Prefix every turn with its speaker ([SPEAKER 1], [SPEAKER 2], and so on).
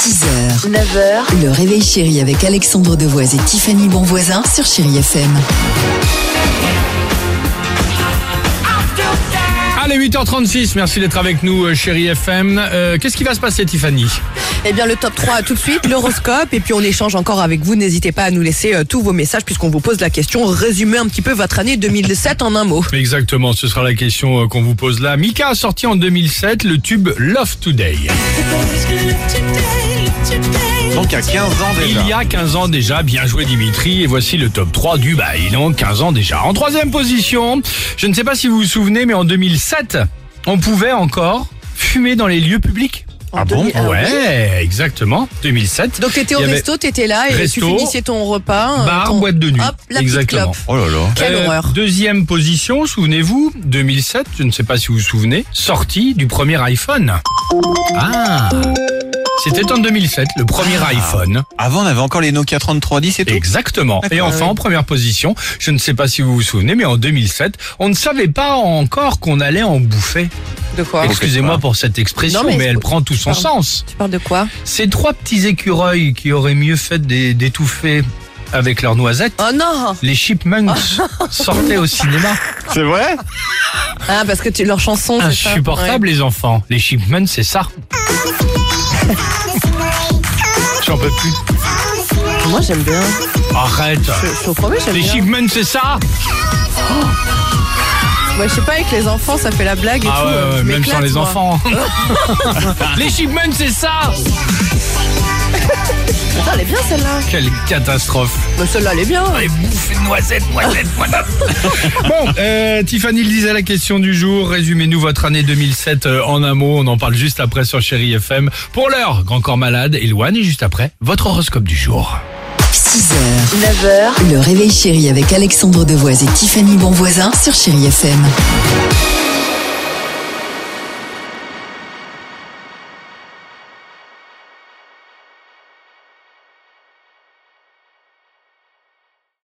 [SPEAKER 1] 6h, 9h, le réveil chéri avec Alexandre Devoise et Tiffany Bonvoisin sur Chéri FM.
[SPEAKER 2] Allez, 8h36, merci d'être avec nous, euh, chérie FM. Euh, Qu'est-ce qui va se passer, Tiffany
[SPEAKER 3] Eh bien, le top 3 tout de suite, l'horoscope, et puis on échange encore avec vous. N'hésitez pas à nous laisser euh, tous vos messages puisqu'on vous pose la question. Résumez un petit peu votre année 2007 en un mot.
[SPEAKER 2] Exactement, ce sera la question euh, qu'on vous pose là. Mika a sorti en 2007 le tube Love Today.
[SPEAKER 4] Donc à 15 ans déjà.
[SPEAKER 2] Il y a 15 ans déjà, bien joué Dimitri, et voici le top 3 du bail. Donc 15 ans déjà. En troisième position, je ne sais pas si vous vous souvenez, mais en 2007, on pouvait encore fumer dans les lieux publics. Ah
[SPEAKER 3] En 2001,
[SPEAKER 2] Ouais, exactement. 2007.
[SPEAKER 3] Donc t'étais au
[SPEAKER 2] Il y avait
[SPEAKER 3] resto, t'étais là et tu
[SPEAKER 2] resto,
[SPEAKER 3] finissais ton repas. euh,
[SPEAKER 2] bar,
[SPEAKER 3] ton-
[SPEAKER 2] boîte de nuit.
[SPEAKER 3] Hop, la
[SPEAKER 2] Exactement.
[SPEAKER 3] Exactement.
[SPEAKER 4] Oh là là.
[SPEAKER 3] Quelle horreur.
[SPEAKER 2] Euh, Deuxième position, souvenez-vous, 2007, je ne sais pas si vous vous souvenez, sortie du premier iPhone. Ah C'était en 2007, le premier
[SPEAKER 4] Ah.
[SPEAKER 2] iPhone.
[SPEAKER 4] Avant, on avait encore les Nokia 3310 et tout.
[SPEAKER 2] Exactement. Et enfin, en première position, je ne sais pas si vous vous souvenez, mais en 2007, on ne savait pas encore qu'on allait en bouffer.
[SPEAKER 3] De quoi
[SPEAKER 2] Excusez-moi pour cette expression,
[SPEAKER 3] Non, mais-
[SPEAKER 2] mais, elle prend tout son
[SPEAKER 3] Pardon.
[SPEAKER 2] sens.
[SPEAKER 3] Tu parles de quoi
[SPEAKER 2] Ces trois petits écureuils qui auraient mieux fait d'é- d'étouffer avec leurs noisettes,
[SPEAKER 3] Oh non
[SPEAKER 2] les Chipmunks sortaient au cinéma.
[SPEAKER 4] C'est vrai
[SPEAKER 3] Ah, parce que tu, leur chanson. c'est ça
[SPEAKER 2] Insupportable les enfants. Les Chipmunks, c'est ça. J'en peux plus.
[SPEAKER 3] Ouais. Moi j'aime bien.
[SPEAKER 2] Arrête.
[SPEAKER 3] Je, je te promets, j'aime
[SPEAKER 2] Les
[SPEAKER 3] bien.
[SPEAKER 2] Chipmunks, c'est ça
[SPEAKER 3] Moi je sais pas, avec les enfants ça fait la blague et
[SPEAKER 2] Ah
[SPEAKER 3] tout.
[SPEAKER 2] ouais,
[SPEAKER 3] euh,
[SPEAKER 2] ouais,
[SPEAKER 3] je
[SPEAKER 2] même
[SPEAKER 3] m'éclate,
[SPEAKER 2] sans les
[SPEAKER 3] moi.
[SPEAKER 2] enfants. les Chipmunks, c'est ça
[SPEAKER 3] Putain, elle est bien celle-là.
[SPEAKER 2] Quelle catastrophe.
[SPEAKER 3] Bah, celle-là elle est bien.
[SPEAKER 2] Les bouffées de noisettes, noisettes, noisettes. bon, euh, Tiffany le disait la question du jour. Résumez-nous votre année 2007 euh, en un mot. On en parle juste après sur Chéri FM. Pour l'heure, Grand Corps Malade, éloigne. Et juste après, votre horoscope du jour.
[SPEAKER 1] 6h, 9h, le réveil chéri avec Alexandre Devoise et Tiffany Bonvoisin sur Chéri FM.